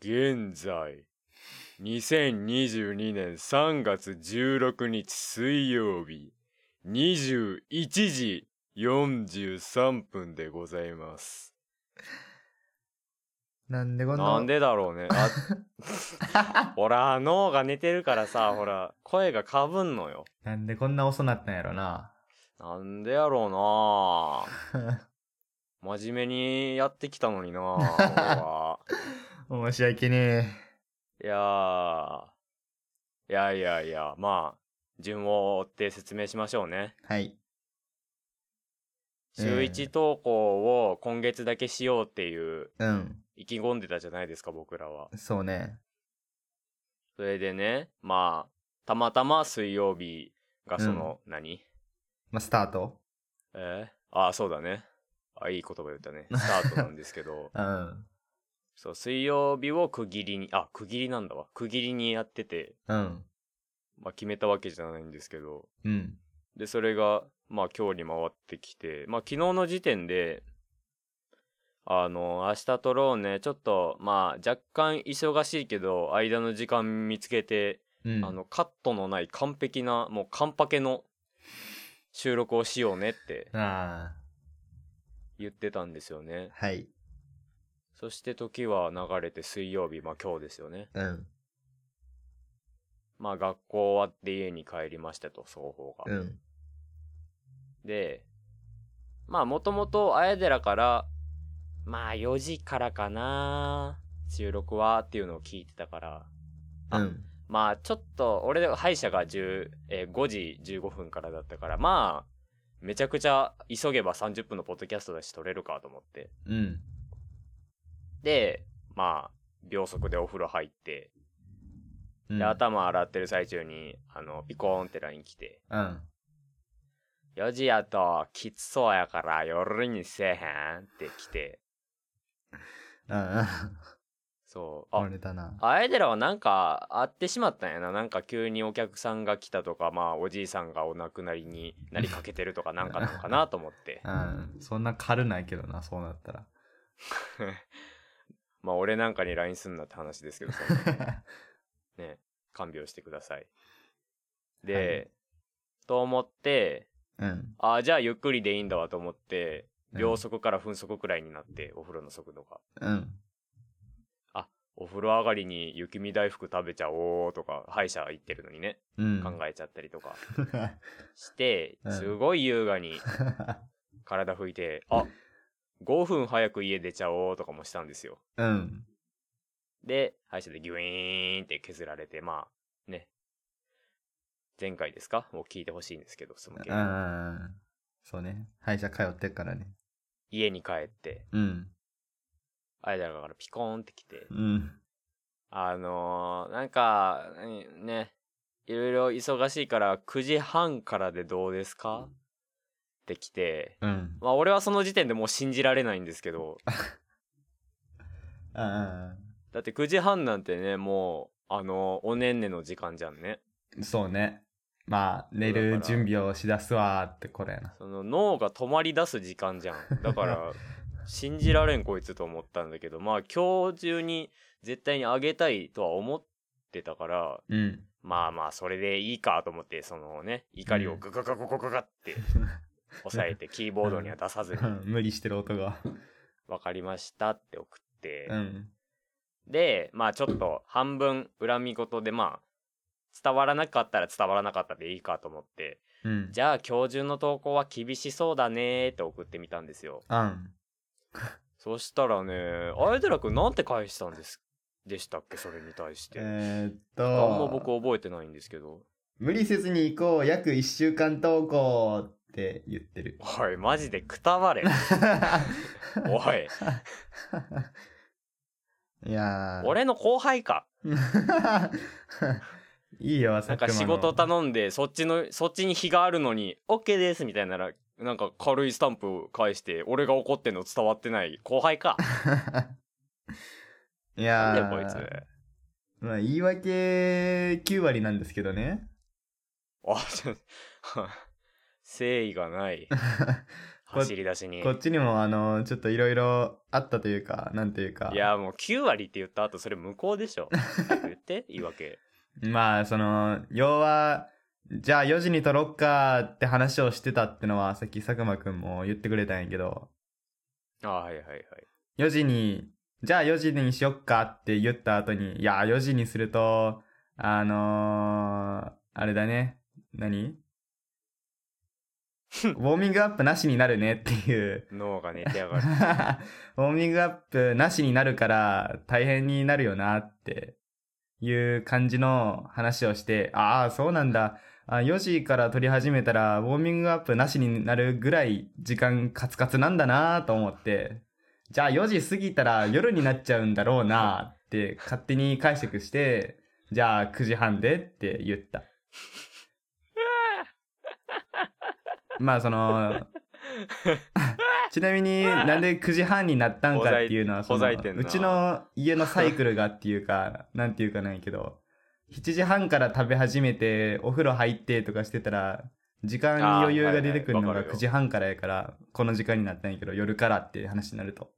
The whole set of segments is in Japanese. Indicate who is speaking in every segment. Speaker 1: 現在2022年3月16日水曜日21時43分でございます
Speaker 2: なんでこんな。
Speaker 1: なんでだろうねあほら脳が寝てるからさほら声がかぶんのよ
Speaker 2: なんでこんな遅なったんやろな。
Speaker 1: なんでやろうな真面目にやってきたのにな俺は
Speaker 2: 申し訳ね
Speaker 1: いやーいやいやいやまあ順を追って説明しましょうね
Speaker 2: え。はい。えー
Speaker 1: 週1投稿を今月だけしようっていう
Speaker 2: うん。
Speaker 1: 意気込んでたじゃないですか僕らは
Speaker 2: そうね。
Speaker 1: それでねまあたまたま水曜日がその、何
Speaker 2: まあ、スタート
Speaker 1: えー、ああそうだねあいい言葉言ったねスタートなんですけど
Speaker 2: うん。
Speaker 1: そう、水曜日を区切りに、あ、区切りなんだわ。区切りにやってて、
Speaker 2: うん。
Speaker 1: まあ決めたわけじゃないんですけど、
Speaker 2: うん。
Speaker 1: で、それが、まあ今日に回ってきて、まあ昨日の時点で、あの、明日撮ろうね、ちょっと、まあ若干忙しいけど、間の時間見つけて、
Speaker 2: うん。
Speaker 1: あの、カットのない完璧な、もう完パケの収録をしようねって
Speaker 2: あ
Speaker 1: 言ってたんですよね
Speaker 2: あ。。はい。
Speaker 1: そして時は流れて水曜日、まあ今日ですよね。
Speaker 2: うん。
Speaker 1: まあ学校終わって家に帰りましたと、双方が。
Speaker 2: うん。
Speaker 1: で、まあもともと綾寺から、まあ4時からかな、収録はっていうのを聞いてたから、あ
Speaker 2: うん。
Speaker 1: まあちょっと、俺、歯医者が10、えー5時15分からだったから、まあ、めちゃくちゃ急げば30分のポッドキャストだし撮れるかと思って。
Speaker 2: うん。
Speaker 1: で、まあ、秒速でお風呂入って、
Speaker 2: うん。
Speaker 1: で、頭洗ってる最中に、あの、ピコーンって LINE 来て、
Speaker 2: うん。
Speaker 1: 4時やときつそうやから夜にせえへんって来て。
Speaker 2: うん。
Speaker 1: そう。あ
Speaker 2: 折、れたな。
Speaker 1: あえでらはなんか会ってしまったんやな。なんか急にお客さんが来たとか、まあおじいさんがお亡くなりになりかけてるとかなんかなんかなと思って。
Speaker 2: うん。そんな軽ないけどな、そうなったら。
Speaker 1: まあ俺なんかに LINE すんなって話ですけど、そ んなね、看病してください。で、
Speaker 2: はい
Speaker 1: と思って、
Speaker 2: うん。
Speaker 1: ああ、じゃあゆっくりでいいんだわと思って、
Speaker 2: うん
Speaker 1: 秒速から分速くらいになって、お風呂の速度が。
Speaker 2: うん。
Speaker 1: お風呂上がりに雪見大福食べちゃおうとか歯医者行ってるのにね、
Speaker 2: うん。
Speaker 1: 考えちゃったりとかして、
Speaker 2: うん
Speaker 1: すごい優雅に体拭いてあ5分早く家出ちゃおうとかもしたんですよ
Speaker 2: うん。
Speaker 1: で歯医者でギュイーンって削られてまあね前回ですかもう聞いてほしいんですけどその件
Speaker 2: うん。そうね。歯医者通ってっからね。
Speaker 1: 家に帰って
Speaker 2: うん。
Speaker 1: あいだからピコーンってきて
Speaker 2: うん。
Speaker 1: あのー、なんかうんねいろいろ忙しいから9時半からでどうですかって来て
Speaker 2: うん。
Speaker 1: まあ俺はその時点でもう信じられないんですけど
Speaker 2: あ
Speaker 1: だって9時半なんてねもうあのおねんねの時間じゃんね
Speaker 2: あ、そうね。まあ、寝る準備をしだすわーってこれやな。
Speaker 1: その脳が止まり出す時間じゃんだから 信じられんこいつと思ったんだけどまあ今日中に絶対にあげたいとは思ってたから
Speaker 2: うん。
Speaker 1: まあまあそれでいいかと思ってそのね怒りをガガガガガガガって抑えてキーボードには出さずに
Speaker 2: うん無理してる音が。
Speaker 1: 「分かりました」って送って、
Speaker 2: うん。
Speaker 1: でまあちょっと半分恨み事でまあ伝わらなかったら伝わらなかったでいいかと思って
Speaker 2: うん。
Speaker 1: じゃあ今日中の投稿は厳しそうだねーって送ってみたんですよ
Speaker 2: ゃうん。
Speaker 1: そしたらねあえてらくんなんて返したんですでしたっけそれに対して、
Speaker 2: えーっ
Speaker 1: あんま僕
Speaker 2: と、
Speaker 1: 覚えてないんですけど。
Speaker 2: 無理せずに行こう、約1週間投稿って言ってる
Speaker 1: おいマジでくたばれ おい
Speaker 2: いやー。
Speaker 1: 俺の後輩か
Speaker 2: いいよ、
Speaker 1: な
Speaker 2: さ
Speaker 1: んか仕事頼んでそっちのそっちに日があるのに OK ですみたいならなんか軽いスタンプ返して俺が怒ってんの伝わってない後輩か
Speaker 2: い
Speaker 1: な
Speaker 2: や
Speaker 1: んだ
Speaker 2: ー
Speaker 1: よこいつ
Speaker 2: まあ、言い訳9割なんですけどね。
Speaker 1: あちょ誠意がない走り出しに
Speaker 2: こっちにもあのちょっといろいろあったというかなんというか
Speaker 1: いやもう9割って言った後それ無効でしょ早く言って言い訳
Speaker 2: まあその要はじゃあ4時に撮ろっかって話をしてたってのはさっき佐久間くんも言ってくれたんやけど
Speaker 1: ああはいはいはい
Speaker 2: 4時に、じゃあ4時にしよっかって言った後に、いや、4時にすると、あのー、あれだね。 何ウォーミングアップなしになるねっていう。
Speaker 1: 脳が寝てや
Speaker 2: ウ
Speaker 1: がる
Speaker 2: ォ ーミングアップなしになるから大変になるよなっていう感じの話をして、ああ、そうなんだ。あ4時から撮り始めたらウォーミングアップなしになるぐらい時間カツカツなんだなと思って、じゃあ4時過ぎたら夜になっちゃうんだろうなって勝手に解釈して、じゃあ9時半でって言った。まあ その、ちなみになんで9時半になったんかっていうのはそ
Speaker 1: ほ
Speaker 2: の
Speaker 1: ざいほざいてんな
Speaker 2: うちの家のサイクルがっていうか、なんていうかないけど、7時半から食べ始めて、お風呂入ってとかしてたら、時間に余裕が出てくるの
Speaker 1: あーはいはい
Speaker 2: が
Speaker 1: わかるよ
Speaker 2: 9時半からやから、この時間になったんやけど、夜からって話になると。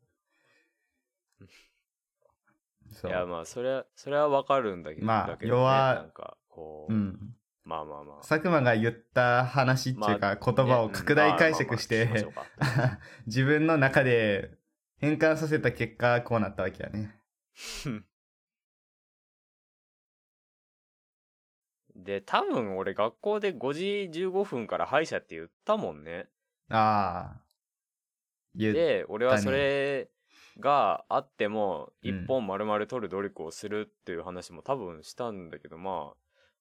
Speaker 2: そ
Speaker 1: いや
Speaker 2: う。
Speaker 1: まあそれはそれはわかるんだけど
Speaker 2: まあ
Speaker 1: だけどね
Speaker 2: 要は
Speaker 1: なんかこう、
Speaker 2: うん。
Speaker 1: まあまあまあ
Speaker 2: 佐久間が言った話っていうか、言葉を拡大解釈し
Speaker 1: ねまあまあまあ聞きま
Speaker 2: て、
Speaker 1: しょうか
Speaker 2: 自分の中で変換させた結果、こうなったわけやね。
Speaker 1: で、多分俺学校で5時15分から歯医者って言ったもんね。
Speaker 2: ああ。言う。
Speaker 1: で、俺はそれがあっても、
Speaker 2: うん
Speaker 1: 1本丸々取る努力をするっていう話も多分したんだけど、まあ、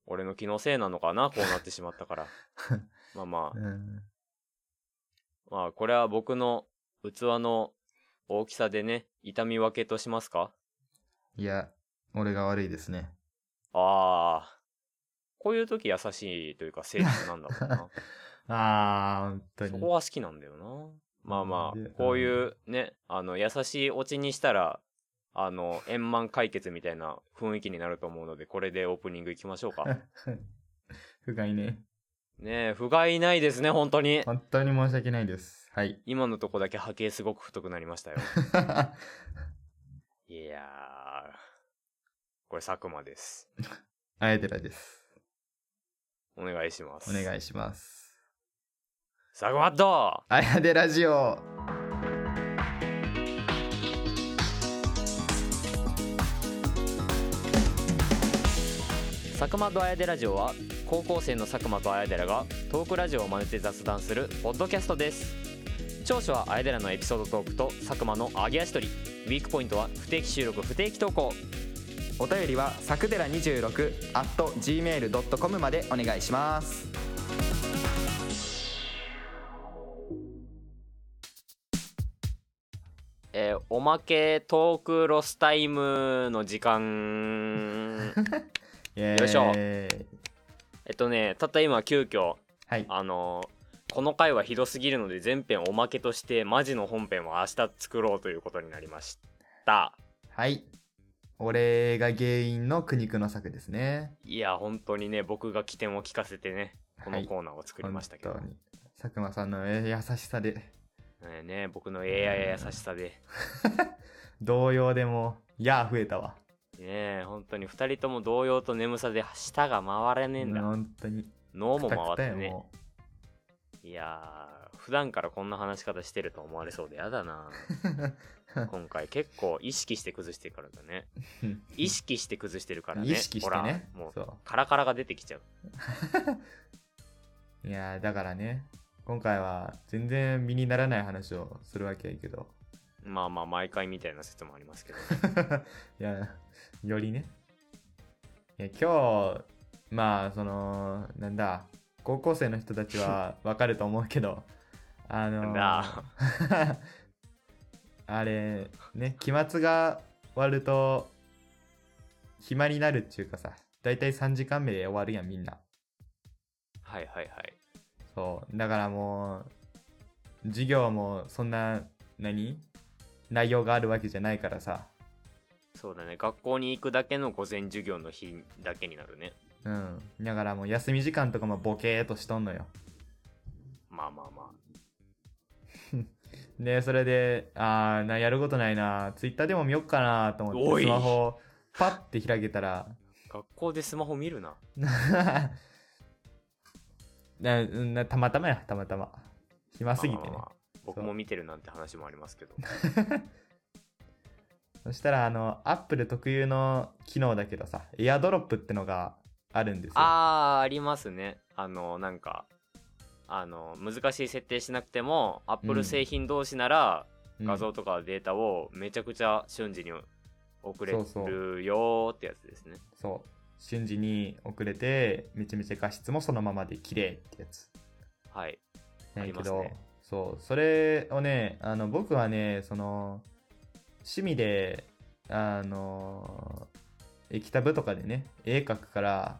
Speaker 1: 俺の気のせいなのかな、こうなってしまった から。まあま
Speaker 2: うん。
Speaker 1: あ、まあこれは僕の器の大きさでね、痛み分けとしますか
Speaker 2: いや、俺が悪いですね。
Speaker 1: ああ、こういう時優しいというか正義なんだ ろうな。
Speaker 2: ああ、本当
Speaker 1: そ
Speaker 2: に
Speaker 1: こ。は好きなんだよな。まあま
Speaker 2: で
Speaker 1: あ、こういうね、あの、優しいオチにしたら、あの、円満解決みたいな雰囲気になると思うので、これでオープニングいきましょう か。
Speaker 2: 不甲斐ね。
Speaker 1: ねえ、不甲斐ないですね、本当に。
Speaker 2: 本当に申し訳ないです。はい。
Speaker 1: 今のとこだけ波形すごく太くなりましたよ。いやー、これ佐久間です。
Speaker 2: あえてらです。
Speaker 1: お願いします。
Speaker 2: お願いします。
Speaker 1: 佐久間と
Speaker 2: あやでラジオ
Speaker 1: 佐久間とあやでラジオは、高校生の佐久間とあやでらが、トークラジオを真似て雑談する、ポッドキャストです。長所はあやでらのエピソードトークと佐久間の揚げ足取りウィークポイントは不定期収録不定期投稿
Speaker 3: お便りはさくでら26 at gmail.com までお願いします
Speaker 1: えーおまけトークロスタイムの時間
Speaker 2: よ
Speaker 1: いしょ
Speaker 2: は
Speaker 1: えっとねたった今急遽
Speaker 2: い。
Speaker 1: あのーこの回はひどすぎるので全編おまけとしてマジの本編を明日作ろうということになりました
Speaker 2: はい。俺が原因の苦肉の策ですね。
Speaker 1: いや本当にね僕が起点を聞かせてねこの
Speaker 2: はい
Speaker 1: コーナーを作りましたけど、
Speaker 2: 本当に佐久間さんのえ優しさで、
Speaker 1: えーね僕の AI や優しさで
Speaker 2: 動揺でも、やー増えたわ。
Speaker 1: ね本当に2人とも同様と眠さで舌が回らねえんだ
Speaker 2: 本当に。
Speaker 1: 脳も
Speaker 2: くたくた
Speaker 1: 回っ
Speaker 2: よ
Speaker 1: て ね
Speaker 2: も
Speaker 1: いやー普段からこんな話し方してると思われそうでやだ な今回結構意識して崩してるからだね
Speaker 2: う
Speaker 1: 意識して崩してるからね
Speaker 2: 意識してね。
Speaker 1: ほらもう
Speaker 2: そ
Speaker 1: カラカラが出てきちゃう
Speaker 2: う。いやーだからね、今回は全然身にならない話をするわけやけど。
Speaker 1: まあまあ毎回みたいな説もありますけど
Speaker 2: いや、よりね。いや、今日、まあ、その、なんだ、高校生の人たちはわかると思うけど、あ の
Speaker 1: な
Speaker 2: あれ、ね、期末が終わると、暇になるっていうかさ、だいたい3時間目で終わるやん、みんな。
Speaker 1: はいはいはい
Speaker 2: そう。だからもう、授業もそんな、何内容があるわけじゃないからさ。
Speaker 1: そうだね学校に行くだけの午前授業の日だけになるね
Speaker 2: うん。だからもう休み時間とかもボケーっとしとんのよ。
Speaker 1: まあまあまあ
Speaker 2: で、それで、あーな、やることないな、ツイッターでも見よっかなと思っ
Speaker 1: お
Speaker 2: て、
Speaker 1: い
Speaker 2: スマホをパッて開けたら、
Speaker 1: 学校でスマホ見るな。
Speaker 2: なうんなたまたまや、たまたま。暇すぎて
Speaker 1: ま
Speaker 2: ね
Speaker 1: あ。まあまあ僕も見てるなんて話もあります けど。
Speaker 2: そしたら、あの、アップル特有の機能だけどさ、エアドロップってのがあるんですよ。
Speaker 1: あー、ありますね。あの、なんか、あの、難しい設定しなくても、
Speaker 2: う
Speaker 1: Apple
Speaker 2: ん
Speaker 1: 製品同士なら、
Speaker 2: うん
Speaker 1: 画像とかデータをめちゃくちゃ瞬時に送れ
Speaker 2: そうそう
Speaker 1: るよーってやつですね。
Speaker 2: そう。瞬時に遅れて、めちゃめちゃ画質もそのままで綺麗ってやつ。
Speaker 1: はい。
Speaker 2: ね
Speaker 1: あり
Speaker 2: け
Speaker 1: ます
Speaker 2: ど、
Speaker 1: ね
Speaker 2: そう、それをね、あの、僕はね、その、趣味で、あの、液タブとかでね、絵描くから、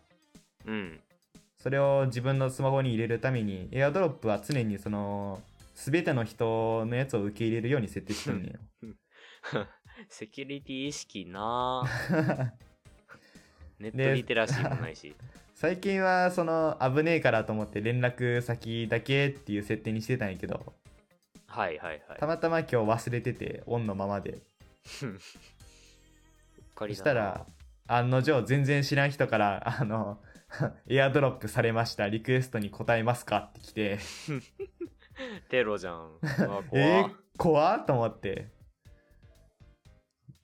Speaker 1: うん。
Speaker 2: それを自分のスマホに入れるために、エアドロップは常にその、すべての人のやつを受け入れるように設定してるのよ。
Speaker 1: セキュリティ意識なー ネットリテラシーもないし。
Speaker 2: 最近はその、危ねえからと思って連絡先だけっていう設定にしてたんやけど、
Speaker 1: はいはいはい。
Speaker 2: たまたま今日忘れてて、オンのままで。
Speaker 1: うっか
Speaker 2: そ
Speaker 1: り
Speaker 2: し
Speaker 1: だ
Speaker 2: た
Speaker 1: な
Speaker 2: ら、案の定全然知らん人から、あの、 エアドロップされました、リクエストに答えますかって来て、
Speaker 1: テロじゃん。うわ怖
Speaker 2: えー、怖っと思って。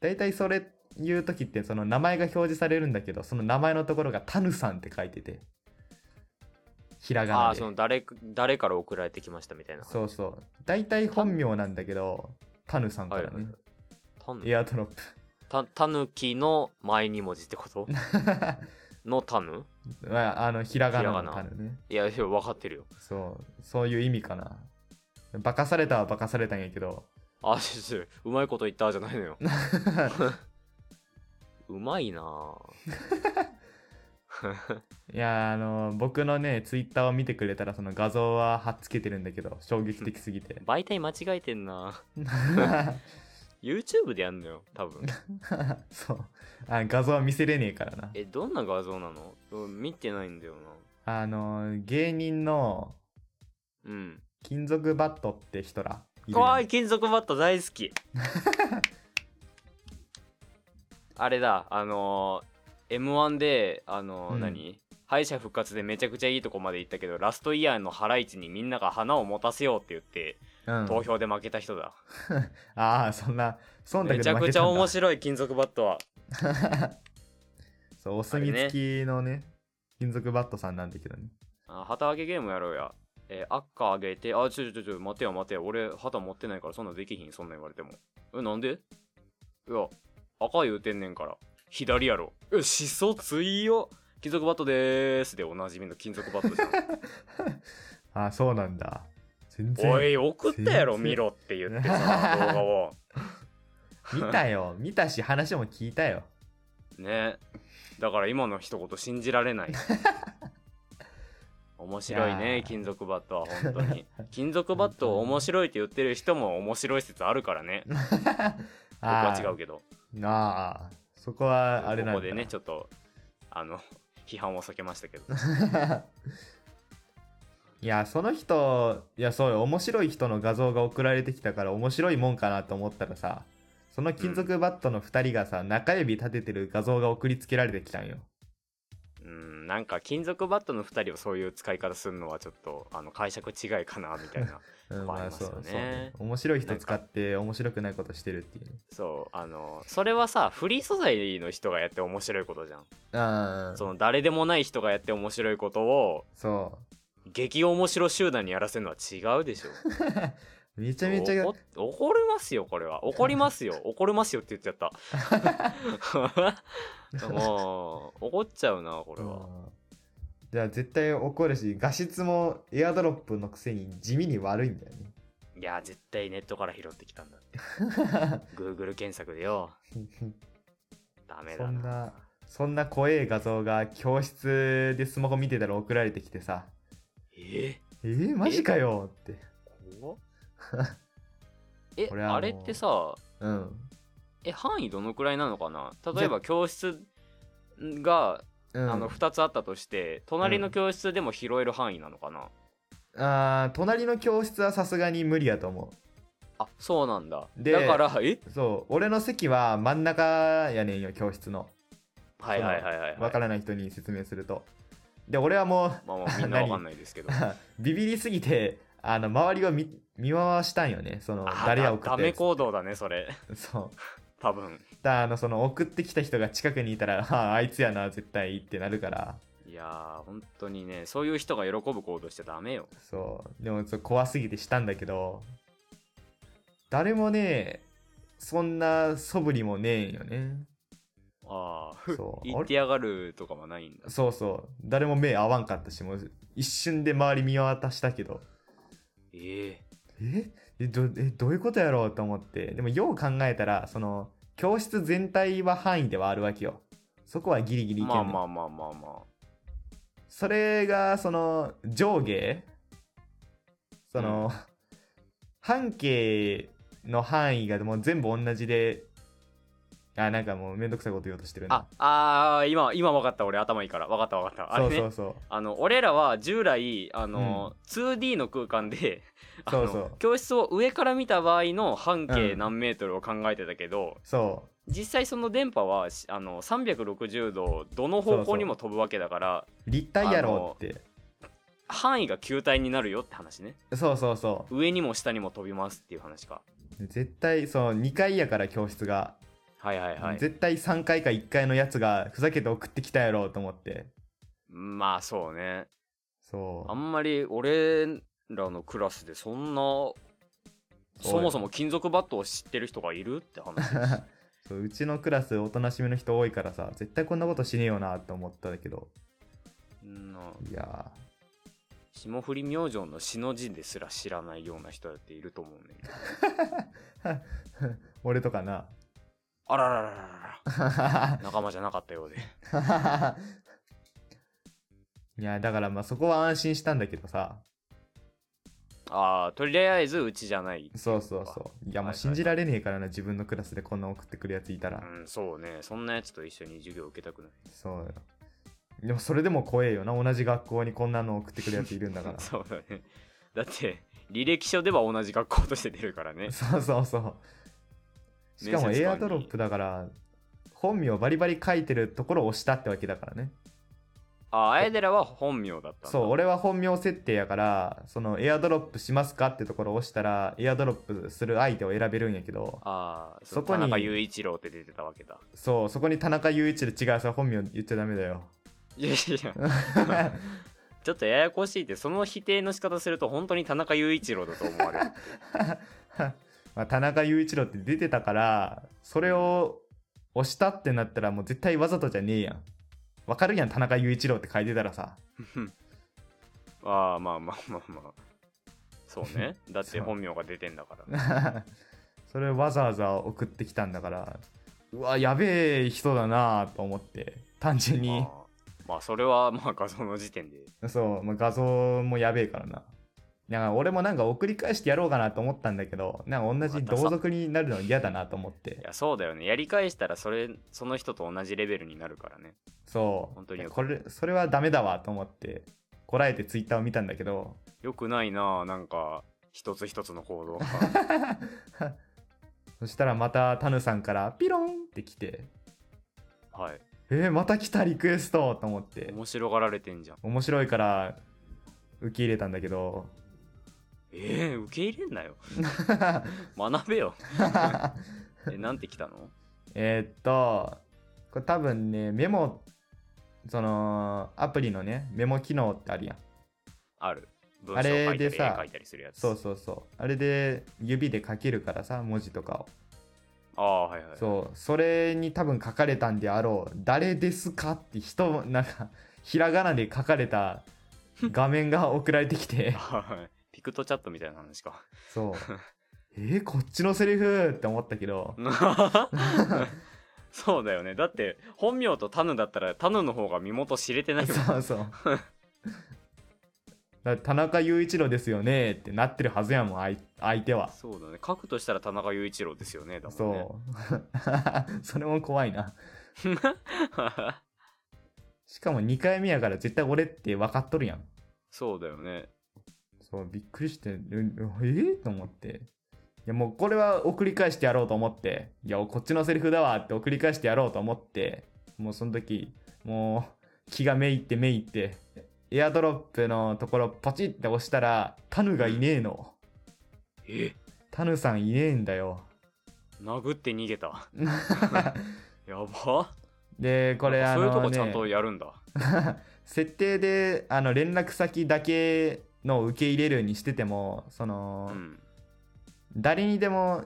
Speaker 2: だいたいそれ言う時って、その名前が表示されるんだけど、その名前のところがタヌさんって書いてて。ひらが
Speaker 1: あ
Speaker 2: な
Speaker 1: あ、
Speaker 2: で。
Speaker 1: その誰か、誰から送られてきましたみたいな。
Speaker 2: そうそう。だいたい本名なんだけど、タヌさんか
Speaker 1: はい
Speaker 2: ら
Speaker 1: はい
Speaker 2: ね。。
Speaker 1: たぬ
Speaker 2: エアドロップ。
Speaker 1: た、たぬきの前二文字ってことのたぬ
Speaker 2: まあ、あの、ひらがな
Speaker 1: ひ
Speaker 2: の
Speaker 1: ら
Speaker 2: タ
Speaker 1: がな
Speaker 2: ヌね。
Speaker 1: いや、いや分かってるよ。
Speaker 2: そう、そういう意味かな。バカされたはバカされたんやけど、
Speaker 1: あ、しし、うまいこと言ったじゃないの よ。うまいなぁ。
Speaker 2: いやー、あの、僕のね、ツイッターを見てくれたら、その画像は貼っつけてるんだけど、衝撃的すぎて。
Speaker 1: 媒体間違えてんな YouTube でやんのよ、多分。
Speaker 2: そうあ。画像は見せれねえからな。
Speaker 1: え、どんな画像なのうん見てないんだよ
Speaker 2: あの、芸人の
Speaker 1: な。うん。
Speaker 2: 金属バットって人ら。るやん
Speaker 1: 怖い金属バット大好 きあれだあのー、m 1であのー
Speaker 2: うん
Speaker 1: 何敗者復活でめちゃくちゃいいとこまで行ったけどラストイヤーのハライチにみんなが花を持たせようって言って、
Speaker 2: うん、
Speaker 1: 投票で負けた人だ
Speaker 2: ああ、そんな、そんだ
Speaker 1: め
Speaker 2: け
Speaker 1: ち
Speaker 2: で
Speaker 1: ゃ
Speaker 2: 負
Speaker 1: く
Speaker 2: け
Speaker 1: ち
Speaker 2: た
Speaker 1: ゃ
Speaker 2: んだ
Speaker 1: 面白い金属バットは
Speaker 2: そう、お墨付きのね、金属バットさんなんだけどね。
Speaker 1: あ旗揚げゲームやろうやえー、赤あげてあちょちょちょ待てよ待てよ俺旗持ってないからそんなできひんそんなん言われてもえなんでいや赤言うてんねんから左やろえ思想強い金属バットでーすでおなじみの金属バットじゃん
Speaker 2: ああ、そうなんだ。 全然。
Speaker 1: おい送ったやろ
Speaker 2: 全然
Speaker 1: 見ろって言ってさ動画を
Speaker 2: 見たよ。見たし、話も聞いたよ。
Speaker 1: ねだから今の一言信じられ ない面白い
Speaker 2: い
Speaker 1: ね
Speaker 2: やー
Speaker 1: 金属バットは本当に金属バットを面白いって言ってる人も面白い説あるからね僕
Speaker 2: あ
Speaker 1: は違うけど
Speaker 2: ーあー、そこはあれなん
Speaker 1: こ
Speaker 2: だ。
Speaker 1: こでねちょっとあの 批判を避けましたけど
Speaker 2: いや、その人、いや、そうよ、面白い人の画像が送られてきたから面白いもんかなと思ったらさ、その金属バットの2人がさ、中指立ててる画像が送りつけられてきたんよ。
Speaker 1: うんなんか金属バットの2人をそういう使い方するのはちょっとあの解釈違いかなみたい な
Speaker 2: うん、
Speaker 1: 困りますよね
Speaker 2: 面白い人使って面白くないことしてるっていうね。
Speaker 1: そうあのそれはさフリー素材の人がやって面白いことじゃん
Speaker 2: うん、
Speaker 1: そ
Speaker 2: そう。
Speaker 1: の誰でもない人がやって面白いことを激面白集団にやらせるのは違うでしょ
Speaker 2: めちゃめちゃ
Speaker 1: 怒、怒りますよこれは怒ります よ怒りますよって言っちゃった もう怒っちゃうなこれは、
Speaker 2: じゃあ絶対怒るし、画質もエアドロップのくせに地味に悪いんだよね。
Speaker 1: いや絶対ネットから拾ってきたん だって Google 検索でよダメだ
Speaker 2: そ
Speaker 1: なん
Speaker 2: なそんな怖え画像が教室でスマホ見てたら送られてきてさ、
Speaker 1: え
Speaker 2: えー、マジかよって。
Speaker 1: 怖っ え
Speaker 2: これはもう
Speaker 1: あれってさ
Speaker 2: うん。
Speaker 1: え範囲どのくらいなのかな例えば教室が、
Speaker 2: うん、
Speaker 1: あの2つあったとして隣の教室でも拾える範囲なのかな、
Speaker 2: あー隣の教室はさすがに無理やと思
Speaker 1: あそうなんだ
Speaker 2: で
Speaker 1: だからえ
Speaker 2: そう、俺の席は真ん中やねんよ、教室の。
Speaker 1: はいはいはいはい、はい、
Speaker 2: わからない人に説明すると。で、俺はもう、
Speaker 1: まあまあみんなわかんないですけど
Speaker 2: ビビりすぎて、あの、周りを見、見回したんよね。その、
Speaker 1: あ
Speaker 2: 誰や
Speaker 1: だ
Speaker 2: 送って。
Speaker 1: ダメ行動だねそれ
Speaker 2: そう。
Speaker 1: 多分
Speaker 2: だあの、その、送ってきた人が近くにいたら、ああ、あいつやな、絶対ってなるから。
Speaker 1: いやー本当にねそういう人が喜ぶ行動しちゃダメよ
Speaker 2: そう。でも、そう怖すぎてしたんだけど、誰もね、そんな素振りもねえんよね。
Speaker 1: ああ。
Speaker 2: そう
Speaker 1: 言ってやがるとかはないんだ
Speaker 2: そうそう。誰も目合わんかったし、もう一瞬で周り見渡したけど、
Speaker 1: ええ
Speaker 2: ええどえどういうことやろうと思って。でも、よう考えたら、その、教室全体は範囲ではあるわけよ。そこはギリギリいけん
Speaker 1: ま
Speaker 2: の
Speaker 1: あまあまあまあま
Speaker 2: それが、その、上下その、半径の範囲がもう全部同じで、あ、なんかもうめんどくさいこと言おうとしてる
Speaker 1: あ
Speaker 2: な。
Speaker 1: ああー今今分かった俺頭いいから分かった分かったあれ
Speaker 2: そう
Speaker 1: ね
Speaker 2: そうそう。
Speaker 1: あの俺らは従来あの、2D の空間であの
Speaker 2: そうそう
Speaker 1: 教室を上から見た場合の半
Speaker 2: う
Speaker 1: 径
Speaker 2: ん
Speaker 1: 何メートルを考えてたけど、
Speaker 2: そう。
Speaker 1: 実際その電波はしあの360度どの方向にも飛ぶわけだから
Speaker 2: 立体やろうって。
Speaker 1: 範囲が球体になるよって話ね
Speaker 2: そうそうそう。
Speaker 1: 上にも下にも飛びますっていう話か
Speaker 2: 絶対そう2階やから教室が、
Speaker 1: はいはいはい
Speaker 2: 絶対3階か1階のやつがふざけて送ってきたやろうと思って
Speaker 1: まあそうね
Speaker 2: そ
Speaker 1: あんまり俺らのクラスでそんなそもそも金属バットを知ってる人がいるって話 です
Speaker 2: うそううちのクラスおとなしめの人多いからさ絶対こんなことしねえよなと思ったんだけど
Speaker 1: うんない
Speaker 2: や
Speaker 1: 霜降り明星の詩の字ですら知らないような人だっていると思うね
Speaker 2: ー俺とかな
Speaker 1: あらららららら仲間じゃなかったようで
Speaker 2: いやだからまあそこは安心したんだけどさ
Speaker 1: ああとりあえずうちじゃない
Speaker 2: そうそうそういやもう信じられねえからな自分のクラスでこんな送ってくるやついたら、
Speaker 1: うんそうねそんなやつと一緒に授業受けたくない
Speaker 2: そうよでもそれでも怖えよな同じ学校にこんなの送ってくるやついるんだから
Speaker 1: そうだ ねだって履歴書では同じ学校として出るからね
Speaker 2: そうそうそう。しかも
Speaker 1: 面接官に
Speaker 2: エアドロップだから、本名バリバリ書いてるところを押したってわけだからね。
Speaker 1: ああエデラは本名だったんだ
Speaker 2: そう、俺は本名設定やから、そのエアドロップしますかってところを押したら、エアドロップする相手を選べるんやけど、
Speaker 1: ああそ
Speaker 2: そこ
Speaker 1: こ
Speaker 2: に
Speaker 1: に田中雄一郎って出てたわけだ
Speaker 2: そう、そこに田中雄一で違うさ、本名言っちゃダメだよ。
Speaker 1: いやいやいやちょっとややこしいってその否定の仕方すると本当に田中雄一郎だと思わ れる
Speaker 2: まあ、田中雄一郎って出てたから、それを押したってなったらもう絶対わざとじゃねえやん。わかるやん、田中雄一郎って書いてたらさ。
Speaker 1: ああまあまあまあまあそう ねだって本名が出てんだから
Speaker 2: それわざわざ送ってきたんだからうわやべえ人だなと思って単純に
Speaker 1: まあ、まあそれはまあ画像の時点 で
Speaker 2: そう、まあ、画像もやべえからななんか俺もなんか送り返してやろうかなと思ったんだけどなんか同じ同族になるの嫌だなと思っ
Speaker 1: い
Speaker 2: て
Speaker 1: やそうだよねやり返したらそれその人と同じレベルになるからね
Speaker 2: そう
Speaker 1: 本当に
Speaker 2: これそれはダメだわと思ってこらえてツイッターを見たんだけど
Speaker 1: よくないななんか一つ一つの行 動が
Speaker 2: そしたらまたタヌさんからピロンって来て
Speaker 1: はい
Speaker 2: えー、また来たリクエストと思って
Speaker 1: 面白がられてんじゃん
Speaker 2: 面白いから受け入れたんだけど
Speaker 1: えー、受け入れんなよ学べよえなんて来たの
Speaker 2: えーっと、これ多分ね、メモ、その、アプリのね、メモ機能ってあるやん。
Speaker 1: ある文章
Speaker 2: あ
Speaker 1: 書い
Speaker 2: れ
Speaker 1: たり
Speaker 2: で
Speaker 1: 絵
Speaker 2: さ
Speaker 1: 書いたりするやつ
Speaker 2: そうそうそう。あれで指で書けるからさ、文字とかを。
Speaker 1: ああはいはい
Speaker 2: そう。それに多分書かれたんであろう。誰ですかって人、な んか、ひらがなで書かれた画面が送られてき て、
Speaker 1: はいピクトチャットみたいな話 か
Speaker 2: そう。えーこっちのセリフって思ったけど、
Speaker 1: そうだよねだって本名とタヌだったらタヌの方が身元知れてないもん
Speaker 2: そうそう。だから田中雄一郎ですよねってなってるはずやもん、あい相手は。
Speaker 1: そうだね書くとしたら田中雄一郎ですよねだもんね
Speaker 2: そう。 それも怖いな。
Speaker 1: そう
Speaker 2: しかも2回目やから絶対俺って分かっとるやん。
Speaker 1: そうだよね
Speaker 2: そう、びっくりして、うんうんえーと思って。やもうこれは送り返してやろうと思って、いや、こっちのセリフだわって送り返してやろうと思って、もうその時、もう気がめいってめいって、エアドロップのところポチって押したら、タヌがいねえの。
Speaker 1: え
Speaker 2: タヌさんいねえんだよ。
Speaker 1: 殴って逃げ たやば
Speaker 2: で、これ
Speaker 1: なん
Speaker 2: あ
Speaker 1: かそういうと
Speaker 2: の、ね、
Speaker 1: こちゃんとやるんだ、
Speaker 2: 設定であの連絡先だけの受け入れるにしててもその
Speaker 1: う、ん、
Speaker 2: 誰にでも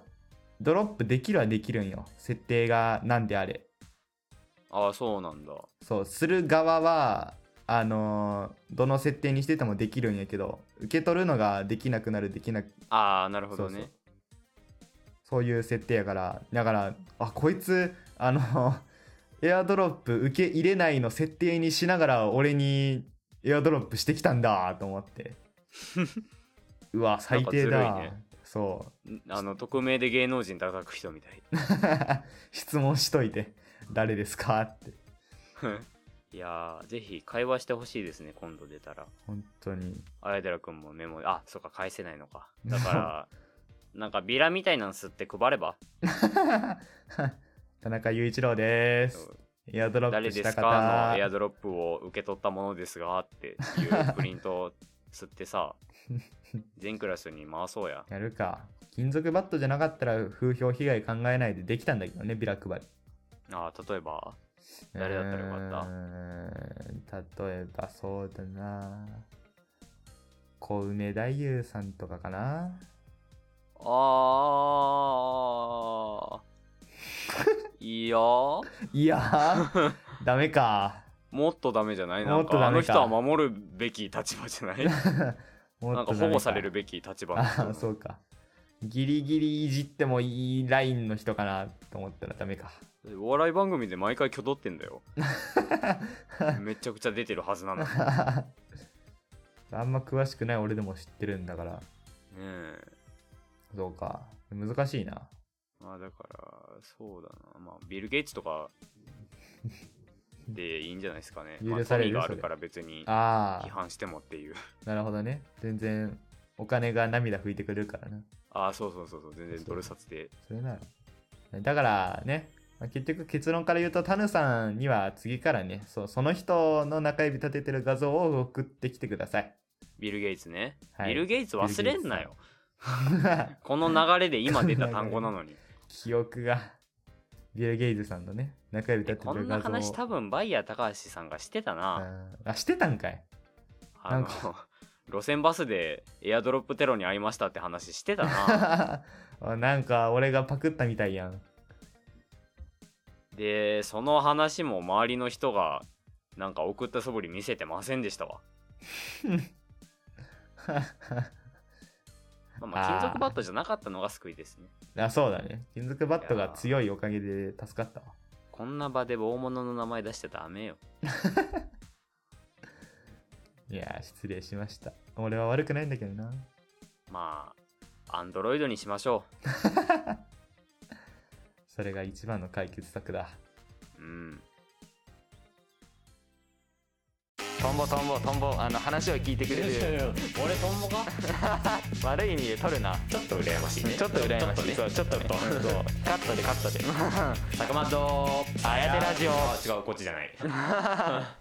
Speaker 2: ドロップできるはできるんよ設定が何であれ
Speaker 1: ああそうなんだ
Speaker 2: そうする側はあのどの設定にしててもできるんやけど受け取るのができなくなるできなく
Speaker 1: ああなるほど
Speaker 2: そうそう
Speaker 1: ね
Speaker 2: そういう設定やからだからあこいつあの エアドロップ受け入れないの設定にしながら俺にエアドロップしてきたんだと思って うわ最低
Speaker 1: なん
Speaker 2: だ、
Speaker 1: かずるいね
Speaker 2: そう
Speaker 1: あの匿名で芸能人叩く人みたい
Speaker 2: 質問しといて誰ですかって
Speaker 1: いやーぜひ会話してほしいですね今度出たら
Speaker 2: 本当に
Speaker 1: 綾寺君もメモあそうか返せないのかだからなんかビラみたいなん吸って配れば
Speaker 2: 田中雄一郎です
Speaker 1: そう
Speaker 2: エアドロッ
Speaker 1: 誰
Speaker 2: プ
Speaker 1: で
Speaker 2: した
Speaker 1: す
Speaker 2: 方
Speaker 1: かのエアドロップを受け取ったものですがっていうプリントを吸って さ全クラスに回そうや
Speaker 2: やるか金属バットじゃなかったら風評被害考えないでできたんだけどねビラ配り
Speaker 1: あー例えば誰だったらよかった
Speaker 2: った例えばそうだな小梅太夫さんとかかな
Speaker 1: あーいやー
Speaker 2: いや ーダメか
Speaker 1: もっとダメじゃないな
Speaker 2: も
Speaker 1: ん
Speaker 2: っと
Speaker 1: か
Speaker 2: ダ
Speaker 1: あの
Speaker 2: メか
Speaker 1: 人は守るべき立場 じゃない
Speaker 2: も
Speaker 1: な
Speaker 2: っ
Speaker 1: んか
Speaker 2: とダメ
Speaker 1: 保護されるべき立場の人
Speaker 2: ああそうかギリギリいじってもいいラインの人かなと思ったらダメか
Speaker 1: お笑い番組で毎回挙動ってんだ よめちゃくちゃ出てるはずなのにね
Speaker 2: あんま詳しくない俺でも知ってるんだから
Speaker 1: え
Speaker 2: そうか難しいな
Speaker 1: まあだからそうだなまあビル・ゲイツとかでいいんじゃないですかねまあ
Speaker 2: 許される
Speaker 1: 富があ
Speaker 2: それ
Speaker 1: るから別に
Speaker 2: あ
Speaker 1: 批判してもっていう
Speaker 2: あなるほどね全然お金が涙拭いてくれるからな
Speaker 1: ああそうそうそうそう全然ドル札で
Speaker 2: それなら。だからね、まあ結局結論から言うと、タヌさんには次からね、そうその人の中指立ててる画像を送ってきてください。
Speaker 1: ビル・ゲイツね、
Speaker 2: はい
Speaker 1: ビル・ゲイツ忘れんなよこの流れで今出た単語なの に
Speaker 2: 記憶が、ビル・ゲイズさんのね、中指立てて
Speaker 1: こ
Speaker 2: る
Speaker 1: んな
Speaker 2: 画像を。
Speaker 1: 話多分バイヤー高橋さんがしてたな、
Speaker 2: うんあ、してたんかい。
Speaker 1: あ
Speaker 2: なん
Speaker 1: の路線バスでエアドロップテロに遭いましたって話してた な
Speaker 2: あなんか俺がパクったみたいやん。
Speaker 1: でその話も周りの人がなんか送った素振り見せてませんでしたわ、まあ、まあ
Speaker 2: あー
Speaker 1: 金属バットじゃなかったのが救いですね
Speaker 2: あ、そうだね。金属バットが強いおかげで助かったわ。
Speaker 1: こんな場で大物の名前出しちゃダメよ
Speaker 2: いやー、失礼しました。俺は悪くないんだけどな。
Speaker 1: まあアンドロイドにしましょ
Speaker 2: それが一番の解決策だ。
Speaker 1: ううん
Speaker 3: トンボトンボトンボあの話を聞いてくれる
Speaker 1: 俺トンボか
Speaker 3: 悪い意味で取るな
Speaker 1: ちょっと羨ましいね
Speaker 3: ちょっと羨ましいね
Speaker 1: ちょっとと
Speaker 3: カットでカットで
Speaker 1: 坂本あやでラジオ違うこっちじゃない